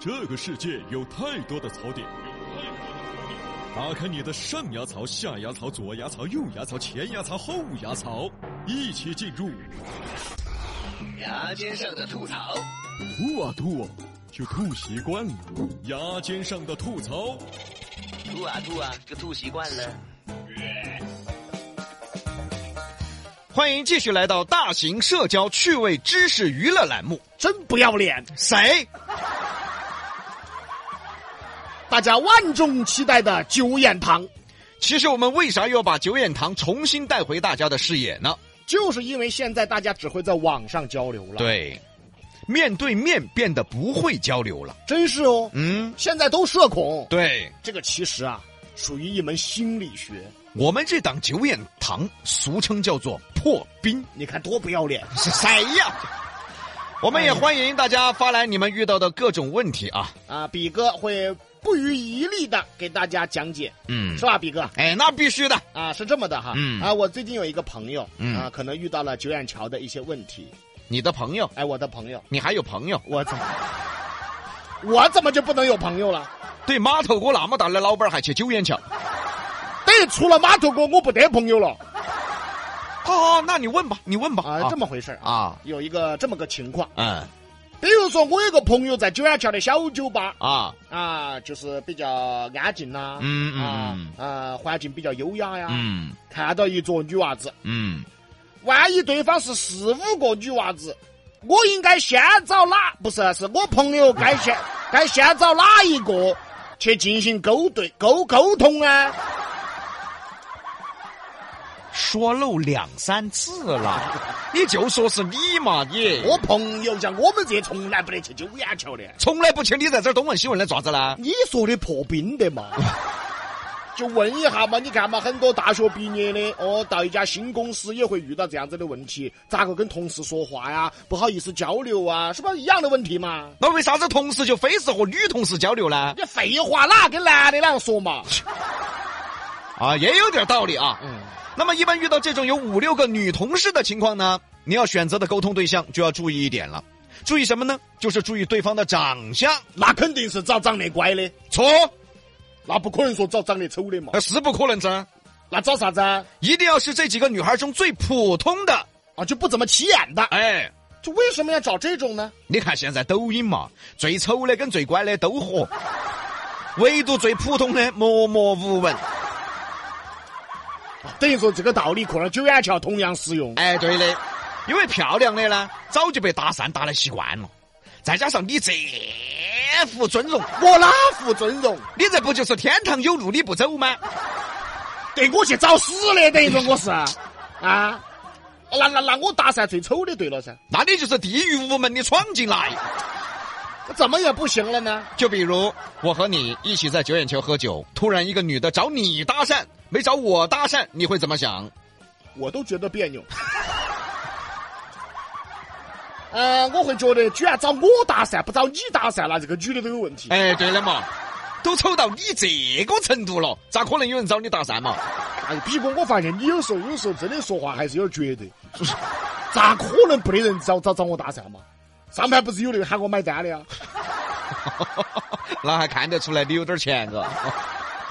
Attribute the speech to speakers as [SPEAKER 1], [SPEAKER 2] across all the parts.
[SPEAKER 1] 这个世界有太多的槽点。打开你的上牙槽、下牙槽、左牙槽、右牙槽、前牙槽、后牙槽，一起进入
[SPEAKER 2] 牙尖上的吐槽，
[SPEAKER 1] 吐啊吐啊，就吐习惯了。牙尖上的吐槽，
[SPEAKER 2] 吐啊吐啊，就吐习惯了。
[SPEAKER 3] 欢迎继续来到大型社交趣味知识娱乐栏目。
[SPEAKER 4] 真不要脸！
[SPEAKER 3] 谁？
[SPEAKER 4] 大家万众期待的九眼堂，
[SPEAKER 3] 其实我们为啥要把九眼堂重新带回大家的视野呢？
[SPEAKER 4] 就是因为现在大家只会在网上交流了，，
[SPEAKER 3] 对，面对面变得不会交流了。
[SPEAKER 4] 真是哦，
[SPEAKER 3] 嗯，
[SPEAKER 4] 现在都社恐，
[SPEAKER 3] 对
[SPEAKER 4] 这个其实啊，属于一门心理学。
[SPEAKER 3] 我们这档九眼堂，俗称叫做破冰，
[SPEAKER 4] 你看多不要脸！
[SPEAKER 3] 是谁呀？我们也欢迎大家发来你们遇到的各种问题啊。
[SPEAKER 4] 啊，比哥会不遗余力的给大家讲解，
[SPEAKER 3] 嗯
[SPEAKER 4] 是，吧，比哥？
[SPEAKER 3] 哎，那必须的。
[SPEAKER 4] 啊，是这么的哈，
[SPEAKER 3] 嗯
[SPEAKER 4] 啊，我最近有一个朋友，
[SPEAKER 3] 嗯
[SPEAKER 4] 啊，可能遇到了九眼桥的一些问题，
[SPEAKER 3] 你的朋友，
[SPEAKER 4] 哎，我的朋友，
[SPEAKER 3] 你还有朋友，
[SPEAKER 4] 我怎么，我怎么就不能有朋友了？
[SPEAKER 3] 对码头哥那么大的老板还去九眼桥？
[SPEAKER 4] 对，除了码头哥，我不得朋友了
[SPEAKER 3] 好好，那你问吧，你问吧。
[SPEAKER 4] 啊，这么回事儿啊，
[SPEAKER 3] 啊，
[SPEAKER 4] 有一个这么个情况，
[SPEAKER 3] 嗯
[SPEAKER 4] 比如说我有个朋友在九眼桥的小酒吧
[SPEAKER 3] 啊，
[SPEAKER 4] 啊，就是比较安静呐，
[SPEAKER 3] 嗯嗯
[SPEAKER 4] 啊
[SPEAKER 3] 嗯
[SPEAKER 4] 啊，环境比较优雅呀，
[SPEAKER 3] 嗯
[SPEAKER 4] 看到一桌女娃子。
[SPEAKER 3] 嗯，
[SPEAKER 4] 万一对方是四五个女娃子，我应该先找哪？不是，是我朋友该 先该先找哪一个去进行勾兑沟沟通啊？
[SPEAKER 3] 说漏两三次了，你就说是你嘛，你
[SPEAKER 4] 我朋友像我们这从来不得去九眼桥的，
[SPEAKER 3] 从来不去，你在这儿东问西问来爪子啦？
[SPEAKER 4] 你说的破冰的嘛？ 就问一下嘛，你看嘛，很多大学毕业的哦，到一家新公司也会遇到这样子的问题，咋个跟同事说话呀？不好意思交流啊，是不一样的问题嘛？
[SPEAKER 3] 那为啥子同事就非是和女同事交流呢？
[SPEAKER 4] 你废话，哪跟男的那样说嘛？
[SPEAKER 3] 啊，也有点道理啊。
[SPEAKER 4] 嗯。
[SPEAKER 3] 那么一般遇到这种有五六个女同事的情况呢，你要选择的沟通对象就要注意一点了。注意什么呢？就是注意对方的长相。
[SPEAKER 4] 那肯定是找长得乖的，
[SPEAKER 3] 错，
[SPEAKER 4] 那不可能说找长得丑的嘛
[SPEAKER 3] 呃。是不可能噻。
[SPEAKER 4] 那找啥子啊？
[SPEAKER 3] 一定要是这几个女孩中最普通的。
[SPEAKER 4] 啊，就不怎么起眼的。
[SPEAKER 3] 哎，
[SPEAKER 4] 就为什么要找这种呢？
[SPEAKER 3] 你看现在抖音嘛，最丑的跟最乖的都火，唯独最普通的默默无闻。
[SPEAKER 4] 啊等于说这个道理可能九眼桥同样适用。
[SPEAKER 3] 哎，对的，因为漂亮的呢，早就被搭讪搭的习惯了，再加上你这副尊容，
[SPEAKER 4] 我哪副尊容？
[SPEAKER 3] 你这不就是天堂有路你不走吗？
[SPEAKER 4] 对我去找死的，等于说我是啊。那那那我搭讪最丑的对了噻，
[SPEAKER 3] 那你就是地狱无门，你闯进来。
[SPEAKER 4] 怎么也不行了呢？
[SPEAKER 3] 就比如我和你一起在九眼桥喝酒，突然一个女的找你搭讪，没找我搭讪，你会怎么想？
[SPEAKER 4] 我都觉得别扭。 呃，我会觉得居然找我搭讪，不找你搭讪，那这个女的都有问题。
[SPEAKER 3] 哎，对了嘛，都丑到你这个程度了，咋可能有人找你搭讪嘛？
[SPEAKER 4] 哎，比哥，我发现你有时候有时候真的说话还是有点绝对，咋可能不得人找找找我搭讪嘛？上盘不是有那个喊我买单的啊呀？
[SPEAKER 3] 那还看得出来你有点钱个。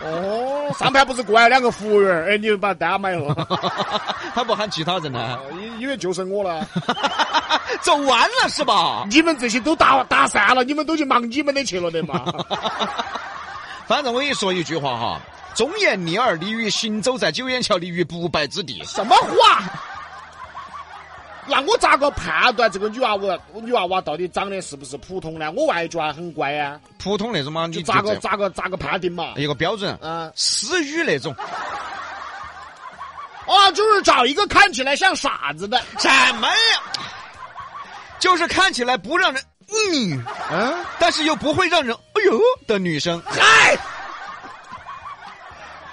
[SPEAKER 4] 哦，上盘不是过来两个服务员，哎，你们把单买了，
[SPEAKER 3] 他不喊其他人呢？
[SPEAKER 4] 因因为就剩我了。
[SPEAKER 3] 走完了是吧？
[SPEAKER 4] 你们这些都搭搭讪了，你们都去忙你们的去了的嘛？
[SPEAKER 3] 反正我跟你说一句话哈，忠言逆耳利于行走在九眼桥，立于不败之地。
[SPEAKER 4] 什么话？那我咋个判断这个女娃娃女娃娃到底长得是不是普通呢？我万一觉得她很乖啊，
[SPEAKER 3] 普通那种嘛，
[SPEAKER 4] 就
[SPEAKER 3] 你
[SPEAKER 4] 咋
[SPEAKER 3] 这
[SPEAKER 4] 个咋个咋个判定嘛？
[SPEAKER 3] 一个标准，
[SPEAKER 4] 嗯。
[SPEAKER 3] 私语那种。
[SPEAKER 4] 哦，就是找一个看起来像傻子的。
[SPEAKER 3] 什么呀？就是看起来不让人嗯，
[SPEAKER 4] 嗯，
[SPEAKER 3] 但是又不会让人哎呦的女生。
[SPEAKER 4] 嗨，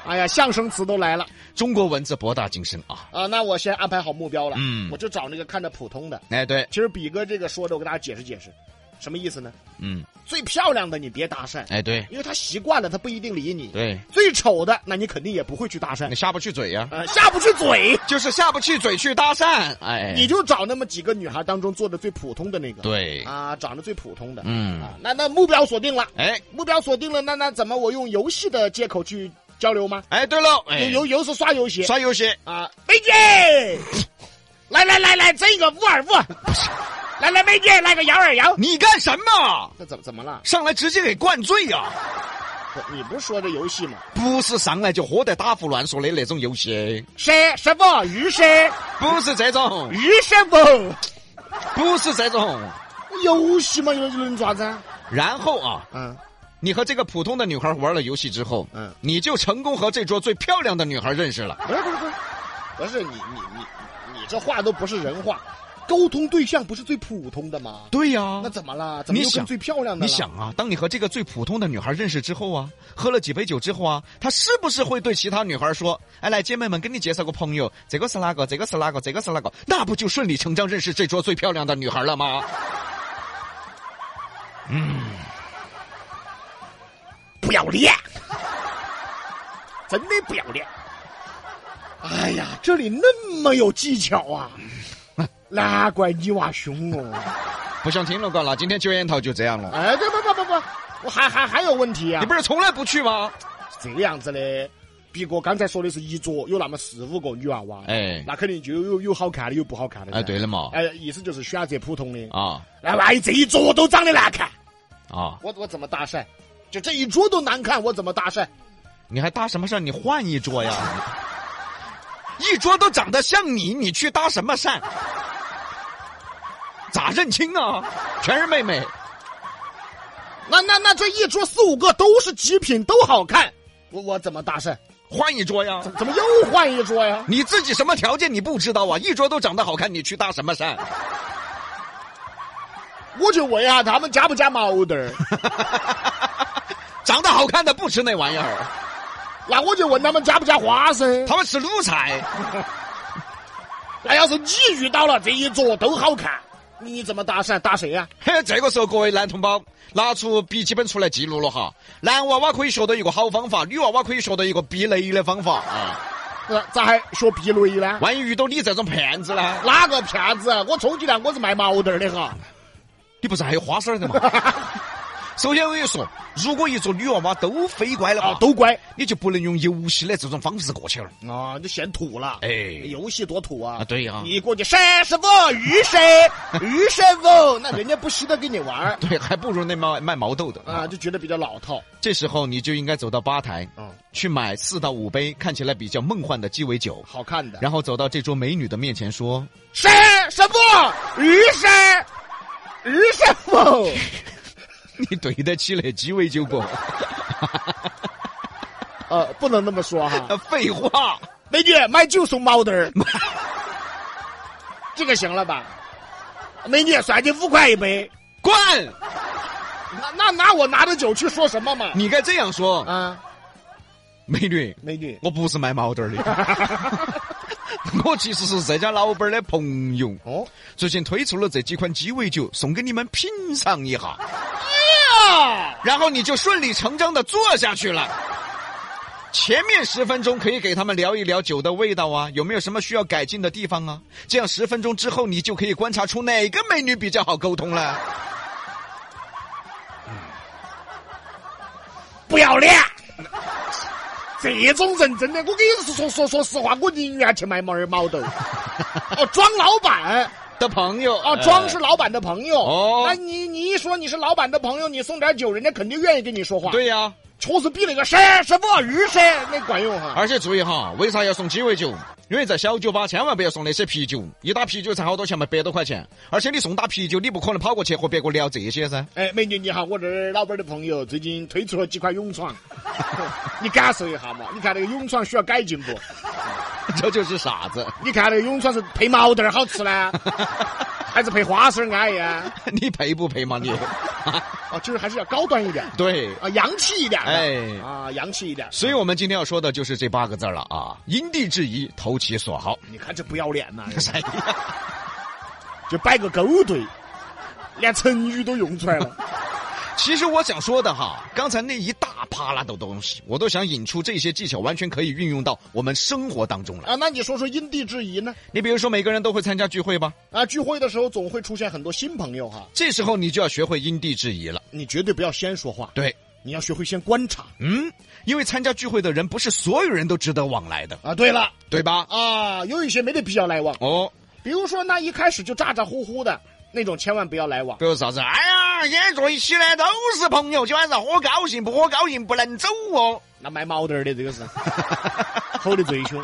[SPEAKER 4] 哎呀，相声词都来了
[SPEAKER 3] 中国文字博大精深啊！
[SPEAKER 4] 啊！那我先安排好目标了，
[SPEAKER 3] 嗯
[SPEAKER 4] 我就找那个看着普通的。
[SPEAKER 3] 哎，对，
[SPEAKER 4] 其实比哥这个说的，我给大家解释解释，什么意思呢？
[SPEAKER 3] 嗯，
[SPEAKER 4] 最漂亮的你别搭讪，
[SPEAKER 3] 哎，对
[SPEAKER 4] 因为他习惯了，他不一定理你。
[SPEAKER 3] 对，哎
[SPEAKER 4] 最丑的，那你肯定也不会去搭讪
[SPEAKER 3] 你，下不去嘴呀、
[SPEAKER 4] 呃，下不去嘴，
[SPEAKER 3] 就是下不去嘴去搭讪，哎，
[SPEAKER 4] 你就找那么几个女孩当中做的最普通的那个，
[SPEAKER 3] 对，
[SPEAKER 4] 啊，长得最普通的，
[SPEAKER 3] 嗯，
[SPEAKER 4] 啊，那那目标锁定了，
[SPEAKER 3] 哎
[SPEAKER 4] 目标锁定了，那那怎么我用游戏的借口去交流吗？
[SPEAKER 3] 哎，对了，哎，
[SPEAKER 4] 有有有是刷游戏
[SPEAKER 3] 刷游戏，
[SPEAKER 4] 啊，梅姐， 来来来来，整一个五二五，来来梅姐来个幺二幺，
[SPEAKER 3] 你干什么？
[SPEAKER 4] 这怎怎么了？
[SPEAKER 3] 上来直接给灌醉呀、
[SPEAKER 4] 不你不是说这游戏吗？
[SPEAKER 3] 不是上来就喝得打胡乱说的那种游戏，
[SPEAKER 4] 师师傅，于师
[SPEAKER 3] 不是这种，
[SPEAKER 4] 于师傅，
[SPEAKER 3] 不是这种。
[SPEAKER 4] 游戏嘛，又能咋子啊？
[SPEAKER 3] 然后啊，
[SPEAKER 4] 嗯，
[SPEAKER 3] 你和这个普通的女孩玩了游戏之后，
[SPEAKER 4] 嗯
[SPEAKER 3] 你就成功和这桌最漂亮的女孩认识了。
[SPEAKER 4] 不是不是不是，不是你你你你这话都不是人话，沟通对象不是最普通的吗？
[SPEAKER 3] 对呀、
[SPEAKER 4] 那怎么啦？怎
[SPEAKER 3] 哦
[SPEAKER 4] 么
[SPEAKER 3] 你
[SPEAKER 4] 又
[SPEAKER 3] 想
[SPEAKER 4] 跟最漂亮的
[SPEAKER 3] 你
[SPEAKER 4] 了
[SPEAKER 3] 想啊，当你和这个最普通的女孩认识之后啊，喝了几杯酒之后啊，她是不是会对其他女孩说：“哎，来，姐妹们，给你介绍个朋友，这个是哪个，这个是哪个，这个是哪个？”那不就顺理成章认识这桌最漂亮的女孩了吗？
[SPEAKER 4] 不要脸，真的不要脸。哎呀，这里那么有技 巧啊，难怪你娃凶哦。
[SPEAKER 3] 不想听了，嘎啦，今天九眼桃就这样了。
[SPEAKER 4] 哎，对不不不不，我还还还有问题啊
[SPEAKER 3] 你。不是从来不去吗？
[SPEAKER 4] 这个样子的，毕哥刚才说的是一桌有那么四五个女娃娃，
[SPEAKER 3] 哎
[SPEAKER 4] 那肯定就有有有好看的，有不好看的。
[SPEAKER 3] 哎，对了嘛，
[SPEAKER 4] 哎，意思就是选择普通的。
[SPEAKER 3] 啊
[SPEAKER 4] 哎，万一这一桌都长得难看，
[SPEAKER 3] 啊，
[SPEAKER 4] 我我怎么搭讪？就这一桌都难看，我怎么搭讪？
[SPEAKER 3] 你还搭什么讪？你换一桌呀，一桌都长得像你，你去搭什么讪？咋认清啊？全是妹妹。
[SPEAKER 4] 那那那这一桌四五个都是极品，都好看，我我怎么搭讪？
[SPEAKER 3] 换一桌呀！
[SPEAKER 4] 怎么又换一桌呀？
[SPEAKER 3] 你自己什么条件你不知道啊？一桌都长得好看，你去搭什么讪？
[SPEAKER 4] 我就问一啊下他们加不加毛豆儿？
[SPEAKER 3] 长得好看的不吃那玩意儿，
[SPEAKER 4] 那我就问他们加不加花生？
[SPEAKER 3] 他们吃卤菜。
[SPEAKER 4] 那要是你遇到了这一桌都好看，你怎么搭讪？搭谁呀、
[SPEAKER 3] 嘿，这个时候各位男同胞拿出笔记本出来记录了哈。男娃娃可以学到一个好方法，女娃娃可以学到一个避雷的方法啊。
[SPEAKER 4] 呃咋还学避雷呢？
[SPEAKER 3] 万一遇到你这种骗子呢？
[SPEAKER 4] 哪个骗子？啊我充其量我是卖毛豆儿的哈。
[SPEAKER 3] 你不是还有花生的吗？首先我跟你说，如果一桌女娃娃都飞乖的话，
[SPEAKER 4] 啊，都乖
[SPEAKER 3] 你就不能用游戏的这种方式过去了。
[SPEAKER 4] 啊，你嫌土了。
[SPEAKER 3] 哎
[SPEAKER 4] 游戏多土啊！
[SPEAKER 3] 啊对呀
[SPEAKER 4] 你过去三十个鱼生鱼生哦，那人家不稀得跟你 玩儿
[SPEAKER 3] 对，还不如那卖卖毛豆的
[SPEAKER 4] 啊，就觉得比较老套。
[SPEAKER 3] 这时候你就应该走到吧台，
[SPEAKER 4] 嗯，
[SPEAKER 3] 去买四到五杯看起来比较梦幻的鸡尾酒，
[SPEAKER 4] 好看的。
[SPEAKER 3] 然后走到这桌美女的面前说
[SPEAKER 4] 谁什么于山于师傅？：“
[SPEAKER 3] 你对得起那鸡尾酒不？”
[SPEAKER 4] 呃，不能那么说 哈，
[SPEAKER 3] 废话，
[SPEAKER 4] 美女买酒送毛豆儿， 这个行了吧？美女算你五块一杯，
[SPEAKER 3] 滚！
[SPEAKER 4] 那那拿我拿着酒去说什么嘛？
[SPEAKER 3] 你该这样说，
[SPEAKER 4] 啊，
[SPEAKER 3] 美女，
[SPEAKER 4] 美女，
[SPEAKER 3] 我不是卖毛豆儿的， 我其实是这家老板儿的朋友。
[SPEAKER 4] 哦，
[SPEAKER 3] 最近推出了这几款鸡尾酒，送给你们品尝一下，
[SPEAKER 4] 啊
[SPEAKER 3] 然后你就顺理成章的坐下去了。前面十分钟可以给他们聊一聊酒的味道啊，有没有什么需要改进的地方啊？这样十分钟之后，你就可以观察出哪个美女比较好沟通了。
[SPEAKER 4] 不要脸！这种人真的，我跟你说说说实话，我宁愿去卖毛儿毛豆。 哦，装老板
[SPEAKER 3] 的朋友
[SPEAKER 4] 哦，装是老板的朋友。
[SPEAKER 3] 哦
[SPEAKER 4] 那你你一说你是老板的朋友，你送点酒，人家肯定愿意跟你说话。
[SPEAKER 3] 呃，对呀、
[SPEAKER 4] 确实比那个谁什么鱼谁那管用啊哈。
[SPEAKER 3] 而且注意哈，为啥要送鸡尾酒？因为在小酒吧千万不要送那些啤酒，一打啤酒才好多钱嘛，百多块钱。而且你送打啤酒，你不可能跑过去和别个聊这些噻。
[SPEAKER 4] 哎，美女你好，我这儿老板的朋友最近推出了几款勇闯， 你感受一下嘛？你看那个勇闯需要改进不？
[SPEAKER 3] 这就是傻子，
[SPEAKER 4] 你看那个勇闯是配毛豆儿好 吃呢，还是配花生儿安逸啊？
[SPEAKER 3] 你配不配嘛你？啊
[SPEAKER 4] 哦，就是还是要高端一点。
[SPEAKER 3] 对，
[SPEAKER 4] 啊，洋气一点的，
[SPEAKER 3] 哎
[SPEAKER 4] 啊，洋气一点。
[SPEAKER 3] 所以我们今天要说的就是这八个字儿了啊，因地制宜，投其所好。 哎
[SPEAKER 4] 你看这不要脸呐、
[SPEAKER 3] 谁呀？
[SPEAKER 4] 就摆个勾兑，连成语都用出来了。
[SPEAKER 3] 其实我想说的哈，刚才那一大啪啦的东西，我都想引出这些技巧，完全可以运用到我们生活当中来。
[SPEAKER 4] 啊，那你说说因地制宜呢？
[SPEAKER 3] 你比如说，每个人都会参加聚会吧，
[SPEAKER 4] 啊，聚会的时候总会出现很多新朋友哈，
[SPEAKER 3] 这时候你就要学会因地制宜了。
[SPEAKER 4] 你绝对不要先说话，
[SPEAKER 3] 对，
[SPEAKER 4] 你要学会先观察
[SPEAKER 3] 嗯，因为参加聚会的人不是所有人都值得往来的，
[SPEAKER 4] 啊。对了
[SPEAKER 3] 对吧？
[SPEAKER 4] 啊，有一些没得必要来往，
[SPEAKER 3] 哦，
[SPEAKER 4] 比如说那一开始就咋咋呼呼的那种，千万不要来往。
[SPEAKER 3] 比如啥子？哎呀，今天坐一起呢，都是朋友，今晚上喝高兴，不喝高兴不能走哦。
[SPEAKER 4] 那卖毛蛋儿的这 个是吼得最凶，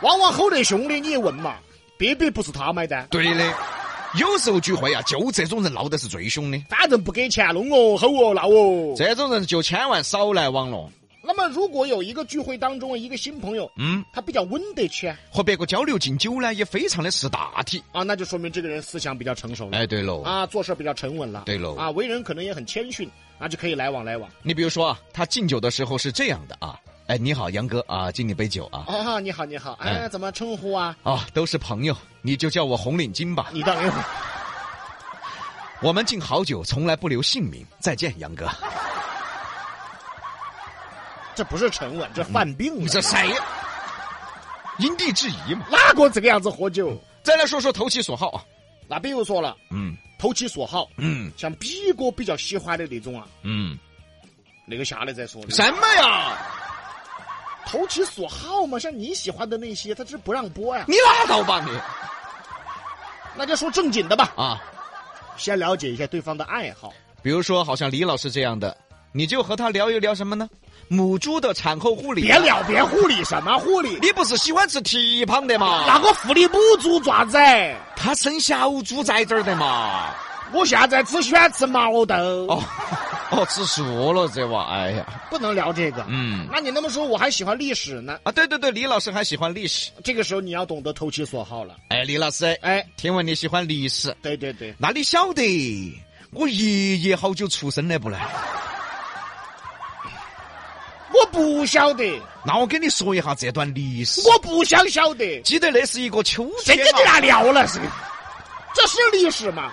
[SPEAKER 4] 往往吼得凶的，你一问嘛，别别不是他买单，
[SPEAKER 3] 对的，有时候聚会啊，就这种人闹得是最凶的，
[SPEAKER 4] 反正不给钱，弄哦，吼哦，闹哦。
[SPEAKER 3] 这种人就千万少来往了。
[SPEAKER 4] 那么如果有一个聚会当中的一个新朋友，
[SPEAKER 3] 嗯，
[SPEAKER 4] 他比较稳得起
[SPEAKER 3] 和别个交流敬酒呢，也非常的识大体。
[SPEAKER 4] 啊，那就说明这个人思想比较成熟了。
[SPEAKER 3] 哎，对喽，
[SPEAKER 4] 啊，做事比较沉稳了，
[SPEAKER 3] 对喽
[SPEAKER 4] 啊，为人可能也很谦逊，啊，就可以来往来往。
[SPEAKER 3] 你比如说啊，他敬酒的时候是这样的啊，哎，你好，杨哥啊，敬你杯酒啊，
[SPEAKER 4] 啊，你好，你好，哎，
[SPEAKER 3] 哎
[SPEAKER 4] 怎么称呼啊？
[SPEAKER 3] 啊，都是朋友，你就叫我红领巾吧。
[SPEAKER 4] 你等一会儿，
[SPEAKER 3] 我们敬好酒从来不留姓名，再见，杨哥。
[SPEAKER 4] 这不是沉稳，这犯病
[SPEAKER 3] 你
[SPEAKER 4] 了。
[SPEAKER 3] 这谁呀？因地制宜嘛。
[SPEAKER 4] 哪个这个样子喝酒？
[SPEAKER 3] 再来说说投其所好啊，
[SPEAKER 4] 那比如说了，
[SPEAKER 3] 嗯
[SPEAKER 4] 投其所好，
[SPEAKER 3] 嗯
[SPEAKER 4] 像 B 哥比较喜欢的那种啊，
[SPEAKER 3] 嗯，
[SPEAKER 4] 那个下来再说。
[SPEAKER 3] 什么呀？
[SPEAKER 4] 投其所好嘛，像你喜欢的那些，他是不让播呀。
[SPEAKER 3] 你拉倒吧你
[SPEAKER 4] 那就说正经的吧，
[SPEAKER 3] 啊！
[SPEAKER 4] 先了解一下对方的爱好。
[SPEAKER 3] 比如说，好像李老师这样的，你就和他聊一聊什么呢？母猪的产后护理、
[SPEAKER 4] 别，聊，别护理什么护理，
[SPEAKER 3] 你不是喜欢吃蹄膀的吗？
[SPEAKER 4] 哪个护理母猪爪子？哎
[SPEAKER 3] 他生小猪在这儿的嘛。
[SPEAKER 4] 我现在只喜欢吃毛豆。
[SPEAKER 3] 哦，哦，吃素了这娃，哎呀，
[SPEAKER 4] 不能聊这个。
[SPEAKER 3] 嗯
[SPEAKER 4] 那你那么说，我还喜欢历史呢。
[SPEAKER 3] 啊，对对对，李老师还喜欢历史。
[SPEAKER 4] 这个时候你要懂得投其所好了。
[SPEAKER 3] 哎，李老师，
[SPEAKER 4] 哎，
[SPEAKER 3] 听闻你喜欢历史，
[SPEAKER 4] 对对对，
[SPEAKER 3] 那你晓得我爷爷好久出生了不呢？
[SPEAKER 4] 我不晓得，
[SPEAKER 3] 那我跟你说一下这段历史。
[SPEAKER 4] 我不想晓得，
[SPEAKER 3] 记得那是一个秋
[SPEAKER 4] 谁
[SPEAKER 3] 天啊
[SPEAKER 4] 跟你
[SPEAKER 3] 嘛
[SPEAKER 4] 俩聊了？是，这是历史吗？